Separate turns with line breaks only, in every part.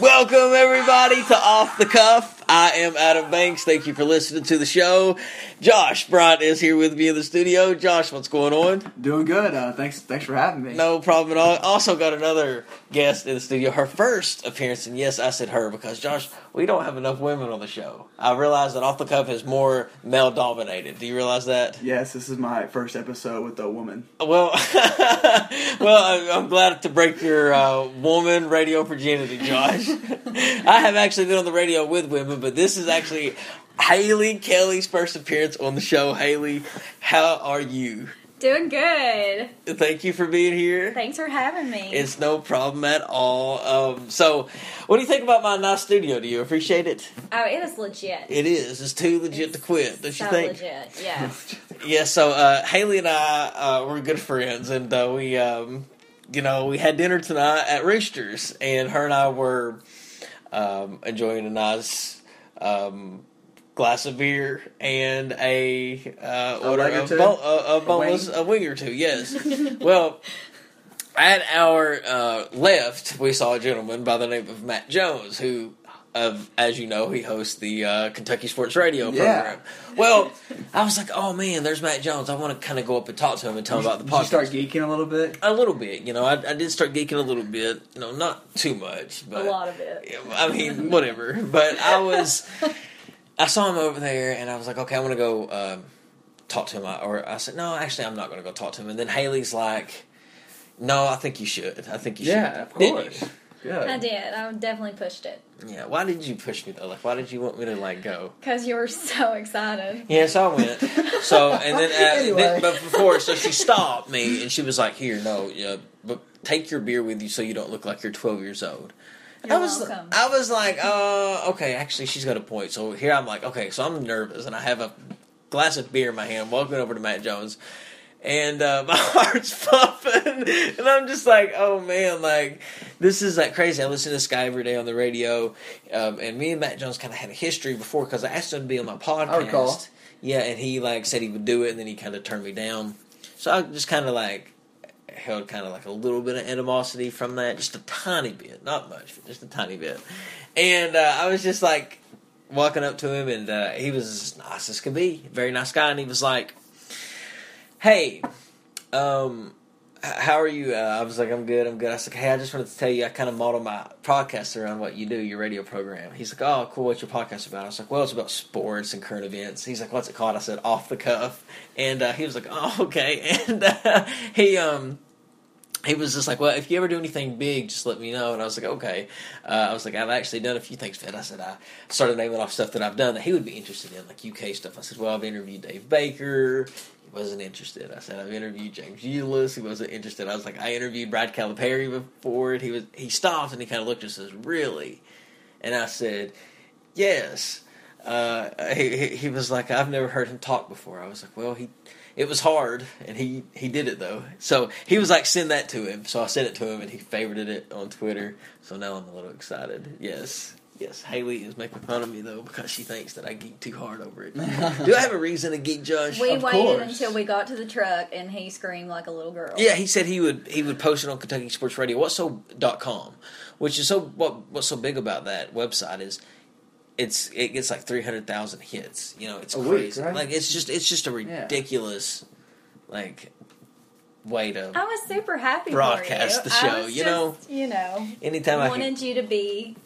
Welcome, everybody, to Off the Cuff. I am Adam Banks. Thank you for listening to the show. Josh Bryant is here with me in the studio. Josh, what's going on?
Doing good. Uh, thanks, thanks for having me.
No problem at all. Also, got another guest in the studio. Her first appearance, and yes, I said her because, Josh, we don't have enough women on the show. I realize that Off the Cuff is more male dominated. Do you realize that?
Yes, this is my first episode with a woman.
Well, well, I- I'm glad to break your uh, woman radio virginity, Josh. I have actually been on the radio with women, but this is actually Haley Kelly's first appearance on the show. Haley, how are you?
Doing good.
Thank you for being here.
Thanks for having me.
It's no problem at all. Um, so, what do you think about my nice studio? Do you appreciate it?
oh, it is legit.
It is. It's too legit to quit. Don't you
so
think?
legit. Yeah.
Yeah, so uh, Haley and I uh, were good friends, and uh, we, um, you know, we had dinner tonight at Rooster's, and her and I were um, enjoying a nice um, glass of beer and a uh,
A
order
leg or
of
two?
bone- a, a, boneless-
wing?
a wing or two. Yes. well, at our uh, left, we saw a gentleman by the name of Matt Jones, who. Of, as you know, he hosts the uh, Kentucky Sports Radio
Yeah.
program. Well, I was like, oh man, there's Matt Jones. I want to kind of go up and talk to him and tell him about the
Did you
podcast.
start geeking a little bit?
a little bit, you know. I, I did start geeking a little bit, you know, not too much,
a
but
lot of it.
I mean, whatever. But I was, I saw him over there, and I was like, okay, I'm gonna go um, talk to him. I- Or I said, no, actually, I'm not gonna go talk to him. And then Haley's like, no, I think you should. I think you
Yeah,
should.
of
Didn't
course.
you?
I
Good.
did. I definitely pushed it
Yeah. Why did you push me though? Like, why did you want me to like go?
because you were so excited.
Yeah, so I went. So and then, uh,
Anyway.
then- but before, so she stopped me and she was like, "Here, no, yeah, but take your beer with you so you don't look like you're 12 years old."
You're
I was,
welcome.
I was like, uh, okay, actually, she's got a point. So here I'm like, okay, so I'm nervous and I have a glass of beer in my hand, walking over to Matt Jones, and uh, my heart's pumping, and I'm just like, oh man, like this is like crazy. I listen to this guy every day on the radio, um, and me and Matt Jones kind of had a history before because I asked him to be on my podcast.
recall.
Yeah, and he like said he would do it, and then he kind of turned me down. So I just kind of like held kind of like a little bit of animosity from that, just a tiny bit, not much, but just a tiny bit. And uh, I was just like walking up to him, and uh, he was as nice as could be, very nice guy, and he was like, "Hey, um." h- How are you? Uh, I was like, I'm good, I'm good. I was like, hey, I just wanted to tell you, I kind of model my podcast around what you do, your radio program. He's like, oh, cool, what's your podcast about? I was like, well, it's about sports and current events. He's like, what's it called? I said, off the cuff. And uh, he was like, oh, okay. And uh, he, um, he was just like, "Well, if you ever do anything big, just let me know." And I was like, "Okay." Uh, I was like, "I've actually done a few things." And I said, "I started naming off stuff that I've done that he would be interested in, like UK stuff." I said, "Well, I've interviewed Dave Baker." He wasn't interested. I said, "I've interviewed James Eulis." He wasn't interested. I was like, "I interviewed Brad Calipari before." And he was. He stopped and he kind of looked at us and says, "Really?" And I said, "Yes." Uh, he, he he was like, "I've never heard him talk before." I was like, "Well, he." It was hard, and he he did it though. So he was like, "Send that to him." So I sent it to him, and he favorited it on Twitter. So now I'm a little excited. Yes, yes. Haley is making fun of me though because she thinks that I geek too hard over it. Do I have a reason to geek, Josh?
We
Of
waited
course.
until we got to the truck and he screamed like a little girl.
Yeah, he said he would he would post it on Kentucky Sports Radio. What's so dot com, which is so what what's so big about that website is it's it gets like three hundred thousand hits. You know, it's
A week,
crazy.
right?
Like it's just it's just a
Yeah.
ridiculous like way to.
I was super happy
Broadcast
for
the
you.
show,
I was
you
just,
know?
You know,
Anytime I can,
wanted you to be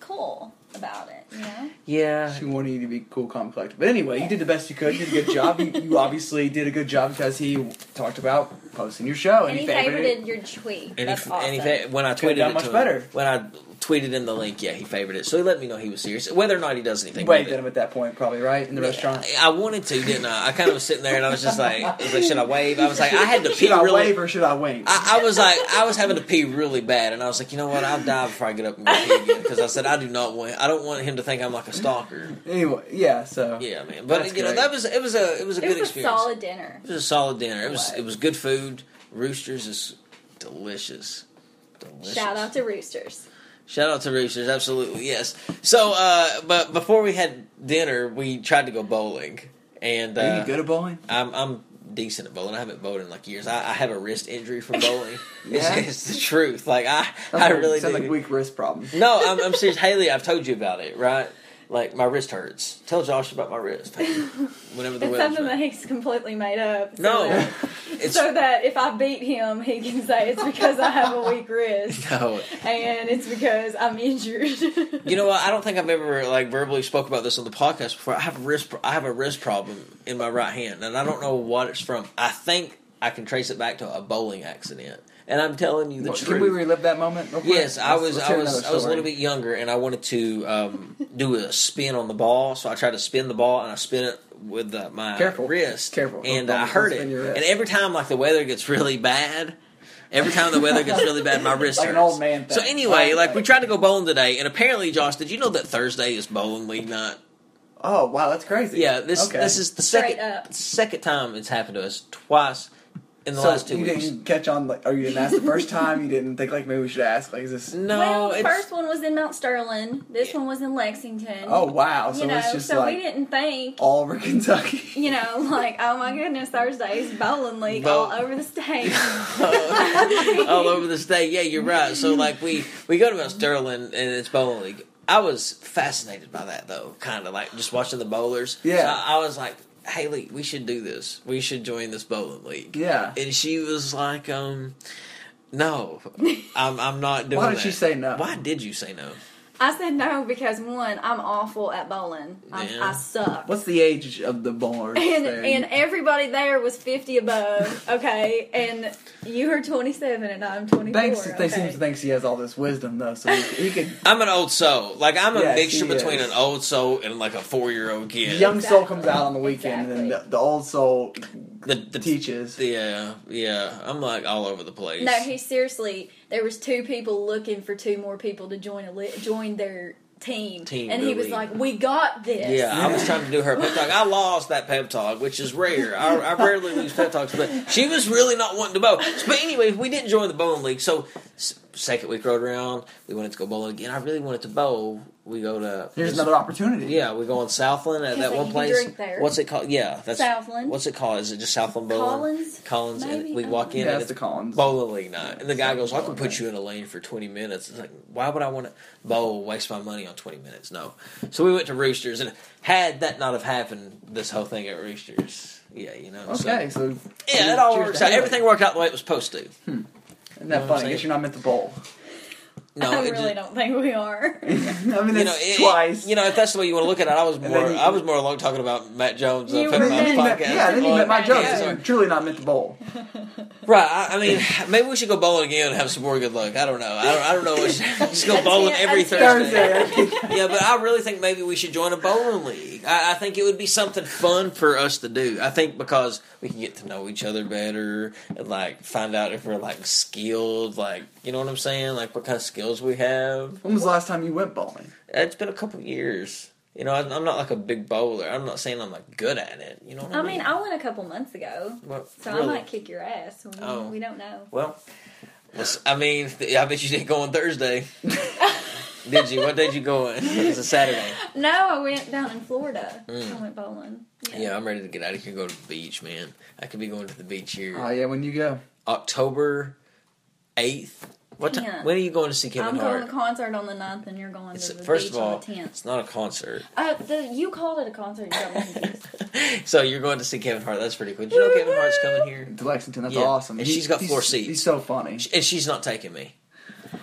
cool about it. You know,
yeah,
She wanted you to be cool, calm, collected. But anyway, you did the best you could. You did a good job. You, you obviously did a good job because he talked about posting your
Oh,
show
and
and,
he
favored it.
favorited your tweet.
And
That's
he,
awesome.
and he fa- when I tweeted
Could've done
it
much
to him-
better.
when I tweeted him the link, yeah, he favored it. So he let me know he was serious. Whether or not he does
You
anything,
waved
with it.
at him at that point, probably right in the restaurant.
I, I wanted to, didn't I? I kind of was sitting there and I was just like, I was like, should I wave? I was like, I had to pee
Should I
really.
wave or should I wink?
I, I was like, I was having to pee really bad, and I was like, you know what? I'll die before I get up and go pee again because I said I do not want, I don't want him to think I'm like a stalker.
Anyway, yeah. So
Yeah, man. But
That's
you know,
great.
that was it was a it was a
it
good
was
experience.
a solid dinner.
it was a solid dinner. It was
What?
it was good food. Roosters is delicious. Delicious.
Shout out to Roosters.
Shout out to Roosters, absolutely yes. So, uh, but before we had dinner, we tried to go bowling, and uh,
Are you good at bowling?
I'm I'm decent at bowling. I haven't bowled in like years. I, I have a wrist injury from bowling.
Yeah?
it's, it's the truth. Like I I really do.
sounds like weak wrist problem.
no, I'm, I'm serious, Haley. I've told you about it, right? Like my wrist hurts. Tell Josh about my wrist. Haley, Whenever the
It's
weather's
something that
right.
he's completely made up. So
No,
that,
it's
so that if I beat him, he can say it's because I have a weak wrist
no.
and it's because I'm injured.
You know what? I don't think I've ever like verbally spoke about this on the podcast before. I have wrist. I have a wrist problem in my right hand, and I don't know what it's from. I think I can trace it back to a bowling accident. And I'm telling you the
Well,
truth.
Can we relive that moment? real quick?
Yes, I
Let's-
was. I
let's hear
was.
another
I was a
story.
little bit younger, and I wanted to um, do a spin on the ball. So I tried to spin the ball, and I spin it with uh, my
Careful.
wrist.
Careful.
and
Don't-
I
don't
hurt it.
spin your wrist.
And every time, like the weather gets really bad. Every time the weather gets really bad, my wrist
Like an
hurts.
old man thing.
So anyway,
Right,
like we
right.
tried to go bowling today, and apparently, Josh, did you know that Thursday is bowling league night?
Oh wow, that's crazy.
Yeah, this
Okay.
this is the
Straight
second
up.
second time it's happened to us twice in the
so
last two
you
weeks.
didn't catch on, like, or you didn't ask the first time. You didn't think like maybe we should ask, like, is this?
No,
well, the
it's,
first one was in Mount Sterling. This one was in Lexington.
Oh wow, so
you know,
it's just
so we
like
didn't think.
all over Kentucky.
You know, like oh my goodness, Thursday's bowling league
Bowl-
all over the state.
all over the state. Yeah, you're right. So like we we go to Mount Sterling and it's bowling league. I was fascinated by that though, kind of like just watching the bowlers.
Yeah.
so I, I was like, Haley, we should do this. We should join this bowling league.
Yeah.
and she was like, um. No, I'm I'm not doing.
Why did
that.
she say no?
Why did you say no?
I said no because one, I'm awful at bowling. I'm,
Yeah.
I suck.
What's the age of the bowlers?
and
there?
and everybody there was 50 above, okay? And you were 27 and I'm 24.
Banks they
okay?
seems to think he has all this wisdom though, so he, he could
I'm an old soul. Like I'm a
Yes,
mixture
he
between
is.
an old soul and like a four year old kid.
young soul
Exactly.
comes out on the weekend, and then the,
Exactly.
the old soul
the, the
teaches.
Yeah, yeah. I'm like all over the place.
No, he seriously, there was two people looking for two more people to join a li- join their team.
Team,
and he was
really.
like, "We got this."
Yeah, I was trying to do her pep talk. I lost that pep talk, which is rare. I, I rarely lose pep talks, but she was really not wanting to bowl. But anyway, we didn't join the bowling league. So s- second week rode around, we wanted to go bowling again. I really wanted to bowl. We go to
Here's another opportunity.
Yeah, we go on Southland at
Because
that
they
one
can
place.
drink there.
What's it called? Yeah, that's
Southland.
What's it called? Is it just Southland Bowling?
Collins,
Collins,
maybe?
and we
I
walk
don't
in.
Yeah,
and
that's the Collins.
Bowling league night, and the guy
Yeah,
goes, "I can
bowling
put
night.
you in a lane for twenty minutes." It's like, why would I want to bowl, waste my money on twenty minutes? No. So we went to Roosters, and had that not have happened, this whole thing at Roosters, yeah, you know.
Okay, so,
So, yeah, it all
Cheers
works
to
out.
Haley.
Everything worked out the way it was supposed to.
Isn't
You know what
that funny?
I'm
I guess
saying?
you're not meant to bowl.
No,
I
it
really
just-
don't think we are.
I mean,
You know,
that's
it,
twice.
You know, if that's the way you want to look at it, I was
then
more.
you-
I was more along talking about Matt Jones. Uh,
You
Pep
were-
And then
Talks
you met,
podcast.
yeah, then you met my joke.
Yeah.
so You're truly not meant to bowl.
Right. I, I mean, maybe we should go bowling again and have some more good luck. I don't know. I don't, I don't know. What should, just go bowling every
Until-
Thursday.
Thursday.
Yeah, but I really think maybe we should join a bowling league. I, I think it would be something fun for us to do. I think because we can get to know each other better and like find out if we're like skilled, like you know what I'm saying, like what kind of skills we have.
when was the last time you went bowling?
It's been a couple years. You know, I, I'm not like a big bowler. I'm not saying I'm like good at it. You know what I
I
mean?
mean, I went a couple months ago,
Well,
so I
really.
might kick your ass. We,
Oh.
we don't know.
Well, let's- I mean, I bet you didn't go on Thursday. did you? What day did you go on? It was a Saturday.
No, I went down in Florida.
Mm.
I went bowling.
Yeah, I'm ready to get out of here and go to the beach, man. I could be going to the beach here.
Oh, yeah, when you go.
October 8th. What time?
Tenth.
When are you going to see Kevin
I'm going
Hart?
to concert on the 9th and you're going
It's-
to the
first
beach
of all,
on the 10th.
it's not a concert.
Uh, the, you called it a concert. You got me confused.
so you're going to see Kevin Hart. That's pretty cool. Did you know Kevin Hart's coming here?
To Lexington, that's
Yeah.
awesome.
And she's got
he's-
four seats.
He's so funny.
And she's not taking me.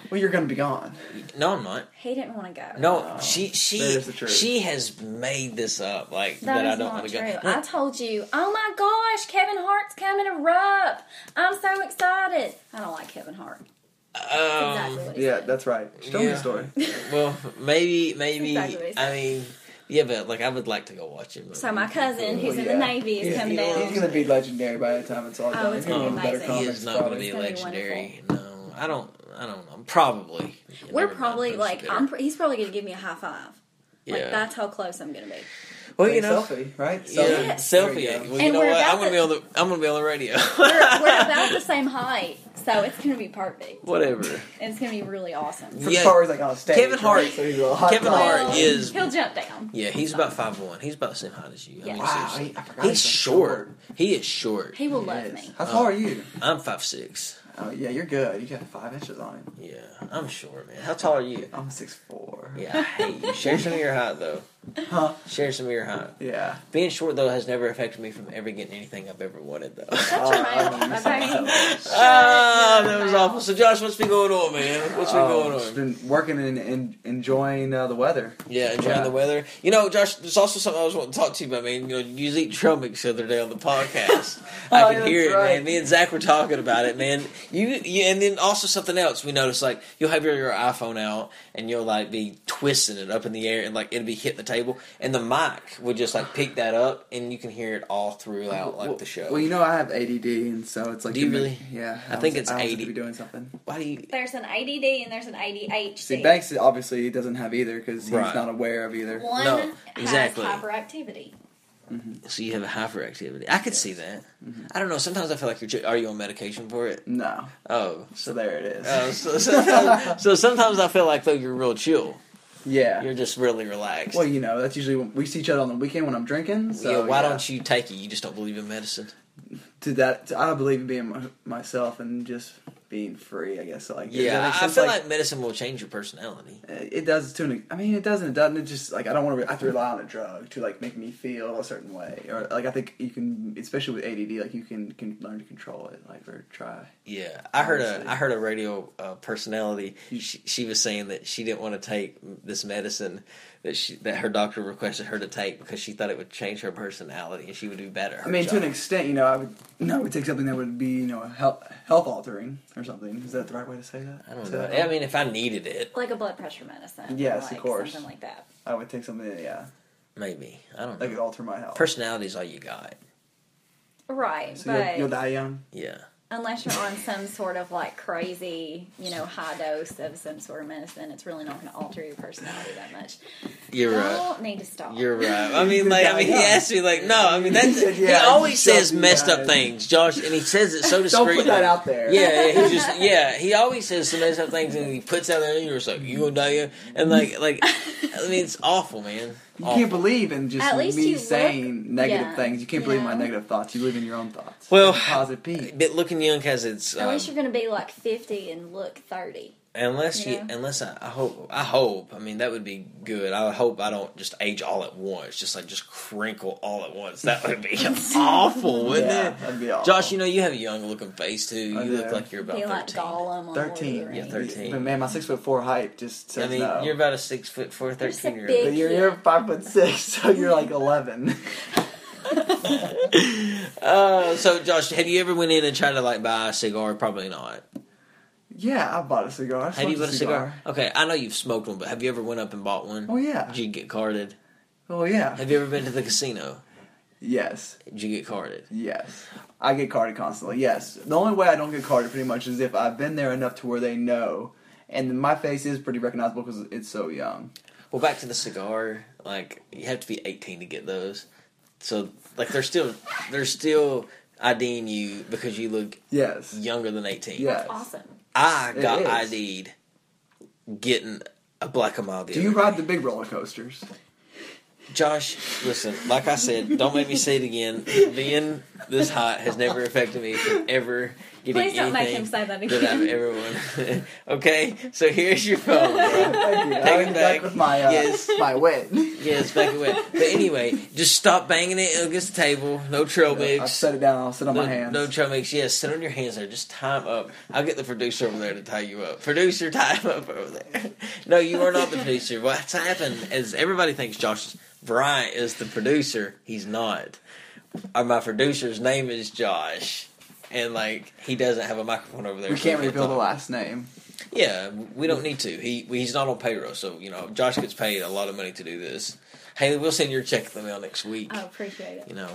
Well, you're going to be gone.
No, I'm not.
he didn't want to go.
No, she she
there's the truth.
she has made this up like
That
that I
is
don't
not
want to
true.
go.
I told you, oh my gosh, Kevin Hart's coming to Rupp. I'm so excited. I don't like Kevin Hart. That's
Um,
exactly what he
Yeah,
said.
that's right. She told me
Yeah.
the story.
Well, maybe, maybe.
Exactly what he
I
said.
mean, yeah, but like I would like to go watch it. but-
So my cousin, who's
Well,
in
yeah.
the Navy, is
He's-
coming
he's,
down. Oh,
He's going to be legendary by the time it's all done.
it's
Um,
He's
gonna
gonna
be
be a better
amazing.
he
comics
is not going to
probably.
be
It's gonna be
legendary. No, I don't. I don't know. Probably. You
We're
never know.
probably
Those
like,
are
I'm.
better.
Pr- he's probably going to give me a high five. Like
Yeah.
that's how close I'm going to be.
well,
Take
you know.
selfie, right?
Yeah,
Selfie.
Yes.
There
selfie.
you go.
Well, you
And
know
we're
what?
about
I'm gonna
to-
be on the. I'm gonna be on the radio.
We're, we're about the same height, So it's gonna be perfect.
Whatever.
And it's gonna be really awesome.
For
Yeah.
Far as like on stage,
Kevin Hart-
right? So he's a hot
Kevin
guy.
Hart
Well,
is-
he'll jump down.
Yeah, he's about five one. He's about the same height as you. I
Yeah.
mean,
Wow,
seriously.
he- I forgot
he's
he's so
short. He is short.
He will love
Yes.
me.
How tall are you?
I'm five six.
Oh yeah, you're good. You got five inches on him.
Yeah, I'm short, man. How tall are you?
I'm six four.
Yeah, I hate you. Share some of your height though.
Huh?
Share some of your height.
Yeah.
Being short though has never affected me from ever getting anything I've ever wanted though.
Shut
Uh,
your mouth. Okay.
Ah,
Shut your
that was
mouth.
awful. So Josh, what's been going on, man? What's been
Oh,
going
Just
on?
been working and, and enjoying uh, the weather.
Yeah, enjoying
Yeah.
the weather. You know, Josh, there's also something I was wanting to talk to you about, man. You know, you was eating trail mix the other day on the podcast.
Oh,
I
yeah,
could hear
that's
it,
right.
man. Me and Zach were talking about it, man. You, you and then also something else we noticed, like you'll have your, your iPhone out and you'll like be twisting it up in the air and like it'll be hitting the table and the mic would just like pick that up and you can hear it all throughout like
well,
the show.
Well, you know I have ADD, and so it's like
Do you
the-
really?
Yeah.
I think
was-
it's
I was
80.
Be doing something.
Why do you
There's an ADD and there's an ADHD.
See, Banks obviously doesn't have either because he's
Right.
not aware of either.
One
No, exactly.
exactly. has hyperactivity.
so you have a hyperactivity? I could see that. I don't know. Sometimes I feel like you're. ju- Are you on medication for it?
No.
Oh,
So there it is.
Uh, so, so, so sometimes I feel like though you're real chill.
yeah.
You're just really relaxed.
Well, you know that's usually when we see each other on the weekend when I'm drinking. So
yeah, why don't you take it? You just don't believe in medicine.
To that, to- I believe in being my, myself and just being free. I guess. So, like does that
Yeah,
make
I
sense?
feel like, medicine will change your personality.
It does to an. I mean, it doesn't. It doesn't. It just like I don't want to. I have to rely on a drug to like make me feel a certain way, or like I think you can, especially with ADD, like you can can learn to control it, like or try.
Yeah, I heard a
Honestly.
I heard a radio uh, personality. She, she was saying that she didn't want to take this medicine that she that her doctor requested her to take because she thought it would change her personality and she would do better. at
I
her
mean, to an
job.
extent, you know, I would. No, I would take something that would be, you know, health health altering or something. Is that the right way to say that?
I don't
Is
know.
that-
I mean, if I needed it,
Like a blood pressure medicine.
Yes,
like
of course.
Something like that.
I would take something that, yeah,
maybe I don't
that
know.
could alter my health.
Personality's all you got.
Right,
so
but
you'll, you'll die young.
Yeah.
unless you're on some sort of like crazy, you know, high dose of some sort of medicine, it's really not going to alter your personality that much.
You're right.
Don't need to stop.
You're right. I mean, like, I mean, he asked me, like, no, I mean, that's,
He said,
he
yeah,
always
you
says
shall do
messed up
that.
things, Josh, and he says it so
Don't
discreetly.
put that out there.
Yeah, yeah, he just, yeah, he always says some messed up things, and he puts out there, and you're just like, you gonna die, yeah? and like, like, I mean, it's awful, man.
You
Awful.
can't believe in just
At least
me
you
saying negative
yeah,
things. You can't
you
believe my
know.
negative thoughts. You believe in your own thoughts.
Well-
positive Pete.
But looking young has its, um,
Unless you're going to be like 50 and look 30.
unless you,
Yeah.
unless I, I hope, I hope, I mean, that would be good. I hope I don't just age all at once, just like just crinkle all at once. That would be awful, wouldn't
yeah,
it?
That'd be awful.
Josh, you know you have a young looking face too. You
I
look
do.
like you're about
Be like
thirteen.
Gollum on Lord of the
thirteen.
Rings.
Yeah, 13.
But man, my six foot four height just says
I mean,
no.
you're about a six foot four,
You're just a
13 year
But
old.
big
you're,
kid.
you're five foot six, so you're like eleven.
Uh, so, Josh, have you ever went in and tried to like buy a cigar? Probably not.
yeah, I bought a cigar. I
Have you bought
smoked
a cigar? Okay, I know you've smoked one, but have you ever went up and bought one?
Oh yeah.
Did you get carded?
Oh yeah.
Have you ever been to the casino?
Yes.
Did you get carded?
Yes. I get carded constantly. Yes. The only way I don't get carded pretty much is if I've been there enough to where they know. And my face is pretty recognizable because it's so young.
Well, back to the cigar. Like you have to be 18 to get those. So, like they're still they're still IDing you because you look
Yes.
younger than 18.
Yes.
That's awesome.
I
It
got
is.
ID'd getting a black and mild. the
Do you
other
ride
day.
the big roller coasters?
Josh, listen, like I said, don't make me say it again. Being this hot has never affected me from ever getting
Please don't make
anything
him say that
that I've
again.
ever won. okay, so here's your phone, bro.
Thank you.
Take it
I was
back.
with my uh,
Yes.
my wit.
Yeah, it's back away. But anyway, just stop banging it against the table. No trail
I
mix.
set it down. I'll sit on
No,
my hands.
no trail mix. Yeah, sit on your hands there. Just tie 'em up. I'll get the producer over there to tie you up. Producer, tie 'em up over there. No, you are not the producer. What's happened is everybody thinks Josh Bryant is the producer. He's not. Uh, my producer's name is Josh. And like he doesn't have a microphone over there.
we
so
can't
he
reveal the
talk.
last name.
Yeah, we don't need to. He he's not on payroll, so you know Josh gets paid a lot of money to do this. Haley, we'll send your check in the mail next week.
I appreciate it.
You know,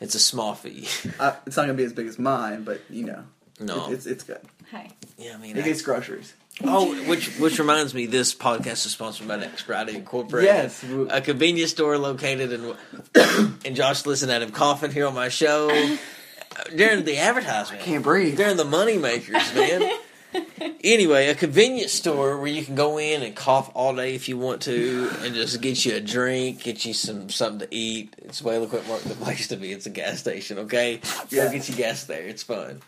it's a small fee.
I, Uh, it's not gonna be as big as mine, but you know,
no,
it, it's it's good.
Hey.
yeah, I mean,
It gets groceries.
oh, which which reminds me, this podcast is sponsored by Next Friday Incorporated.
Yes, we-
a convenience store located in. and Josh, listen at him coughing here on my show. during the advertisement.
Can't breathe.
They're the money makers, man. anyway, a convenience store where you can go in and cough all day if you want to, and just get you a drink, get you some something to eat. It's way eloquent mark the place to be. It's a gas station, okay?
Yeah.
Go get your gas there. It's fun.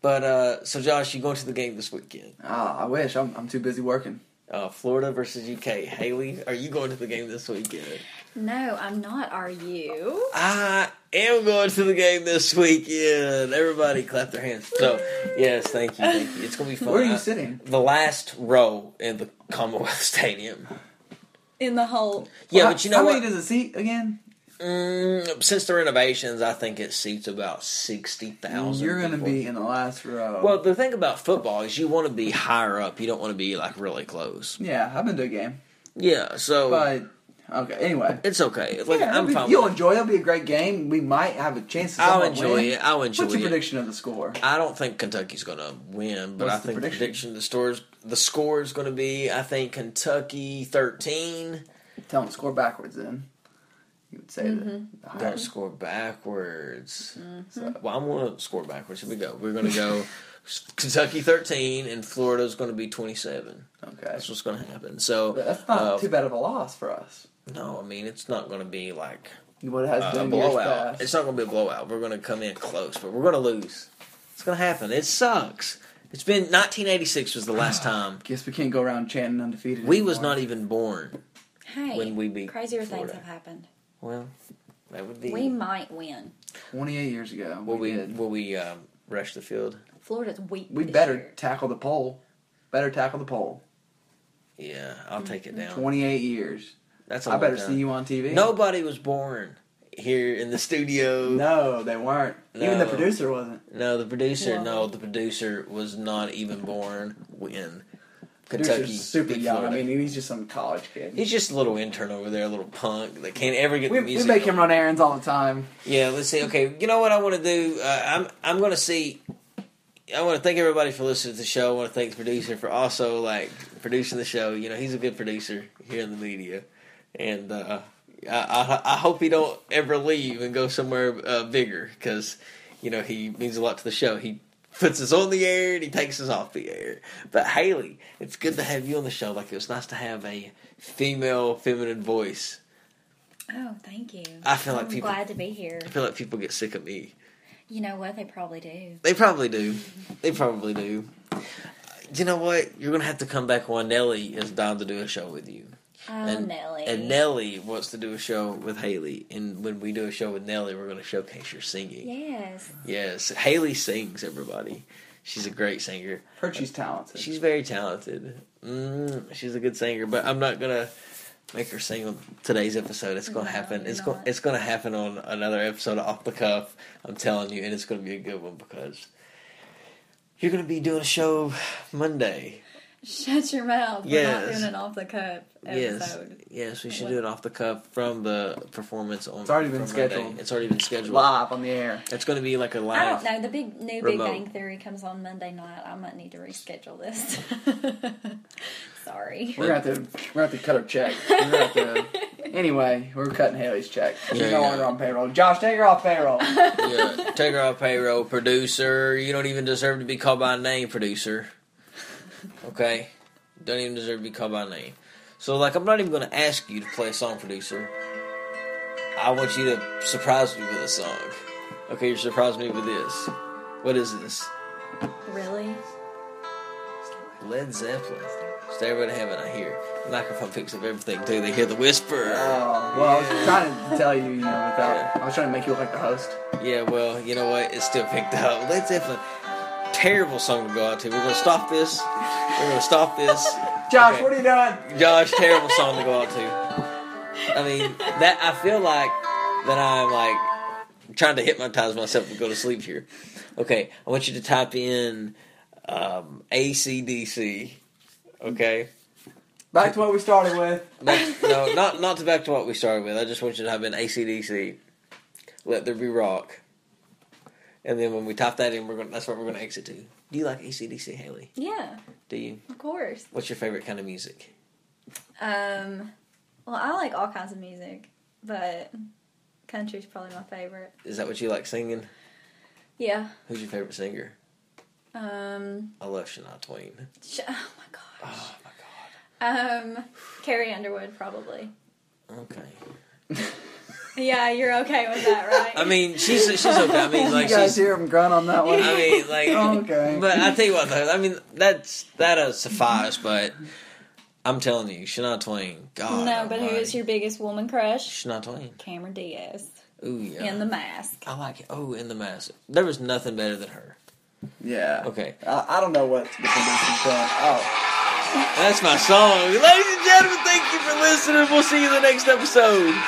But uh, so, Josh, you going to the game this weekend?
Ah, I wish. I'm, I'm too busy working.
Uh, Florida versus UK. Haley, are you going to the game this weekend?
No, I'm not. Are you?
I am going to the game this weekend. Everybody clap their hands. So, yes, thank you. Thank you. It's going to be fun.
Where are
I-
you sitting?
The last row in the Commonwealth Stadium.
In the hole.
Yeah,
How-
but you know
how
what?
many does it seat again?
Mm, since the renovations, I think it seats about 60,000.
You're gonna
people.
be in the last row.
Well, the thing about football is you want to be higher up. You don't want to be, like, really close.
yeah, I've been to a game,
Yeah, so
but okay. Anyway,
it's okay. Like,
Yeah, it'll
Oh. I'm
be-
fine with
You'll
it.
enjoy. it. It'll be a great game. We might have a chance. to
I'll
somehow
enjoy
win.
it. I'll enjoy
What's your
it.
prediction of the score?
I don't think Kentucky's going to win, but
What's
I think
the
the
prediction?
prediction of the stores the score is going to be I think Kentucky 13.
Tell them to score backwards. Then you would say that. the
Don't
highest-
score backwards.
Mm-hmm.
So, well, I'm going to score backwards. Here we go. We're going to go Kentucky 13 and Florida's going to be 27.
Okay,
That's what's going to happen. So
But that's not
uh,
too bad of a loss for us.
no, I mean it's not going to be like
What it has
uh, a
been years
blowout.
past.
It's not going to be a blowout. We're going to come in close, but we're going to lose. It's going to happen. It sucks. It's been 1986 was the last time
Guess we can't go around chanting undefeated.
we was
anymore.
not e- even born.
Hey.
When we beat
Crazier
Florida.
things have happened.
Well, that would be.
We might win.
28 years ago.
will we?
we did.
Will we um, rush the field?
Florida's weak.
We
this
better
year.
tackle the pole. Better tackle the pole.
Yeah, I'll take it down.
28 years.
That's a
Mm-hmm. I
long
better
time.
see you on TV.
Nobody was born here in the studio. No,
No, they weren't. Even the
No.
producer wasn't.
the producer.
No.
No, the producer was not even born when Kentucky
Producer's super
beat
young. I
Florida.
mean, he's just some college kid.
He's just a little intern over there, a little punk that can't ever get
we,
the
we
music.
make him
going.
run errands all the time.
Yeah, let's see. Okay, you know what I want to do? Uh, I'm I'm going to see. I want to thank everybody for listening to the show. I want to thank the producer for also like producing the show. You know, he's a good producer here in the media, and uh, I, I I hope he don't ever leave and go somewhere uh, bigger because you know he means a lot to the show. He puts us on the air and he takes us off the air. But Haley, it's good to have you on the show. Like it was nice to have a female, feminine voice.
Oh, thank you.
I feel like
I'm
people-
glad to be here.
I feel like people get sick of me.
You know what? They probably do.
They probably do. They probably do. You know what? You're gonna have to come back one. Nelly is down to do a show with you,
Oh,
And-
Nelly.
and Nelly wants to do a show with Haley. And when we do a show with Nelly, we're gonna showcase your singing.
Yes.
Yes, Haley sings. Everybody, she's a great singer.
Perchie's talented.
She's very talented. Mm, she's a good singer, but I'm not gonna make her sing on today's episode. It's gonna
No,
happen.
you're
It's gonna
not.
it's gonna happen on another episode of Off the Cuff. I'm telling you, and it's gonna be a good one because you're gonna be doing a show Monday.
Shut your mouth. We're not
Yes.
doing an off the cuff
Yes,
episode.
yes, we should do it off the cuff from the performance on.
It's already been
from Monday.
scheduled.
It's already been scheduled.
live on the air.
It's gonna be like a live.
I don't know. The big new Big
Remote.
Bang Theory comes on Monday night. I might need to reschedule this. Sorry.
We're gonna have to we're gonna have to cut her check. We're gonna have to, anyway, we're cutting Haley's check. She's
Yeah,
no
yeah.
longer on payroll. Josh, take her off payroll.
Yeah, take her off payroll, producer. You don't even deserve to be called by name, producer. Okay, don't even deserve to be called by name. So, like, I'm not even going to ask you to play a song, producer. I want you to surprise me with a song. Okay, you surprised me with this. What is this?
Really?
Led Zeppelin. Stairway to Heaven. I hear microphone picks up everything too. They hear the whisper.
Oh, well, I was trying to tell you, you know, without I was trying to make you look like the host.
Yeah, well, you know what? It's still picked up. Led Zeppelin. Terrible song to go out to. We're gonna stop this. We're gonna stop this.
Josh,
Okay.
what are you doing?
Josh, terrible song to go out to. I mean, that I feel like that I'm like trying to hypnotize myself to go to sleep here. Okay, I want you to type in um, ACDC. Okay.
Back to what we started with.
Back, no, not not to back to what we started with. I just want you to type in ACDC. Let there be rock. And then when we type that in, we're going. to That's what we're going to exit to. Do you like ACDC, Haley?
Yeah,
Do you?
of course.
What's your favorite kind of music?
Um, well, I like all kinds of music, but country's probably my favorite.
Is that what you like singing?
Yeah.
Who's your favorite singer?
Um.
I love Shania Twain.
Sh- oh my gosh.
Oh my god.
Um. Carrie Underwood probably.
Okay.
Yeah, you're okay with that, right?
I mean, she's she's okay. I mean, like
you guys
she's.
hear him grunt on that one?
I mean, like.
Okay.
But I tell you what, though. I mean, that's that'll suffice. But I'm telling you, Shania Twain. God.
no, but who is
almighty.
your biggest woman crush?
Shania Twain?
Cameron Diaz
Ooh yeah.
in The Mask.
I like it. Oh, in the mask. There was nothing better than her.
yeah.
Okay.
I, I don't know what the condition's done. Oh,
That's my song. Ladies and gentlemen, thank you for listening. We'll see you in the next episode.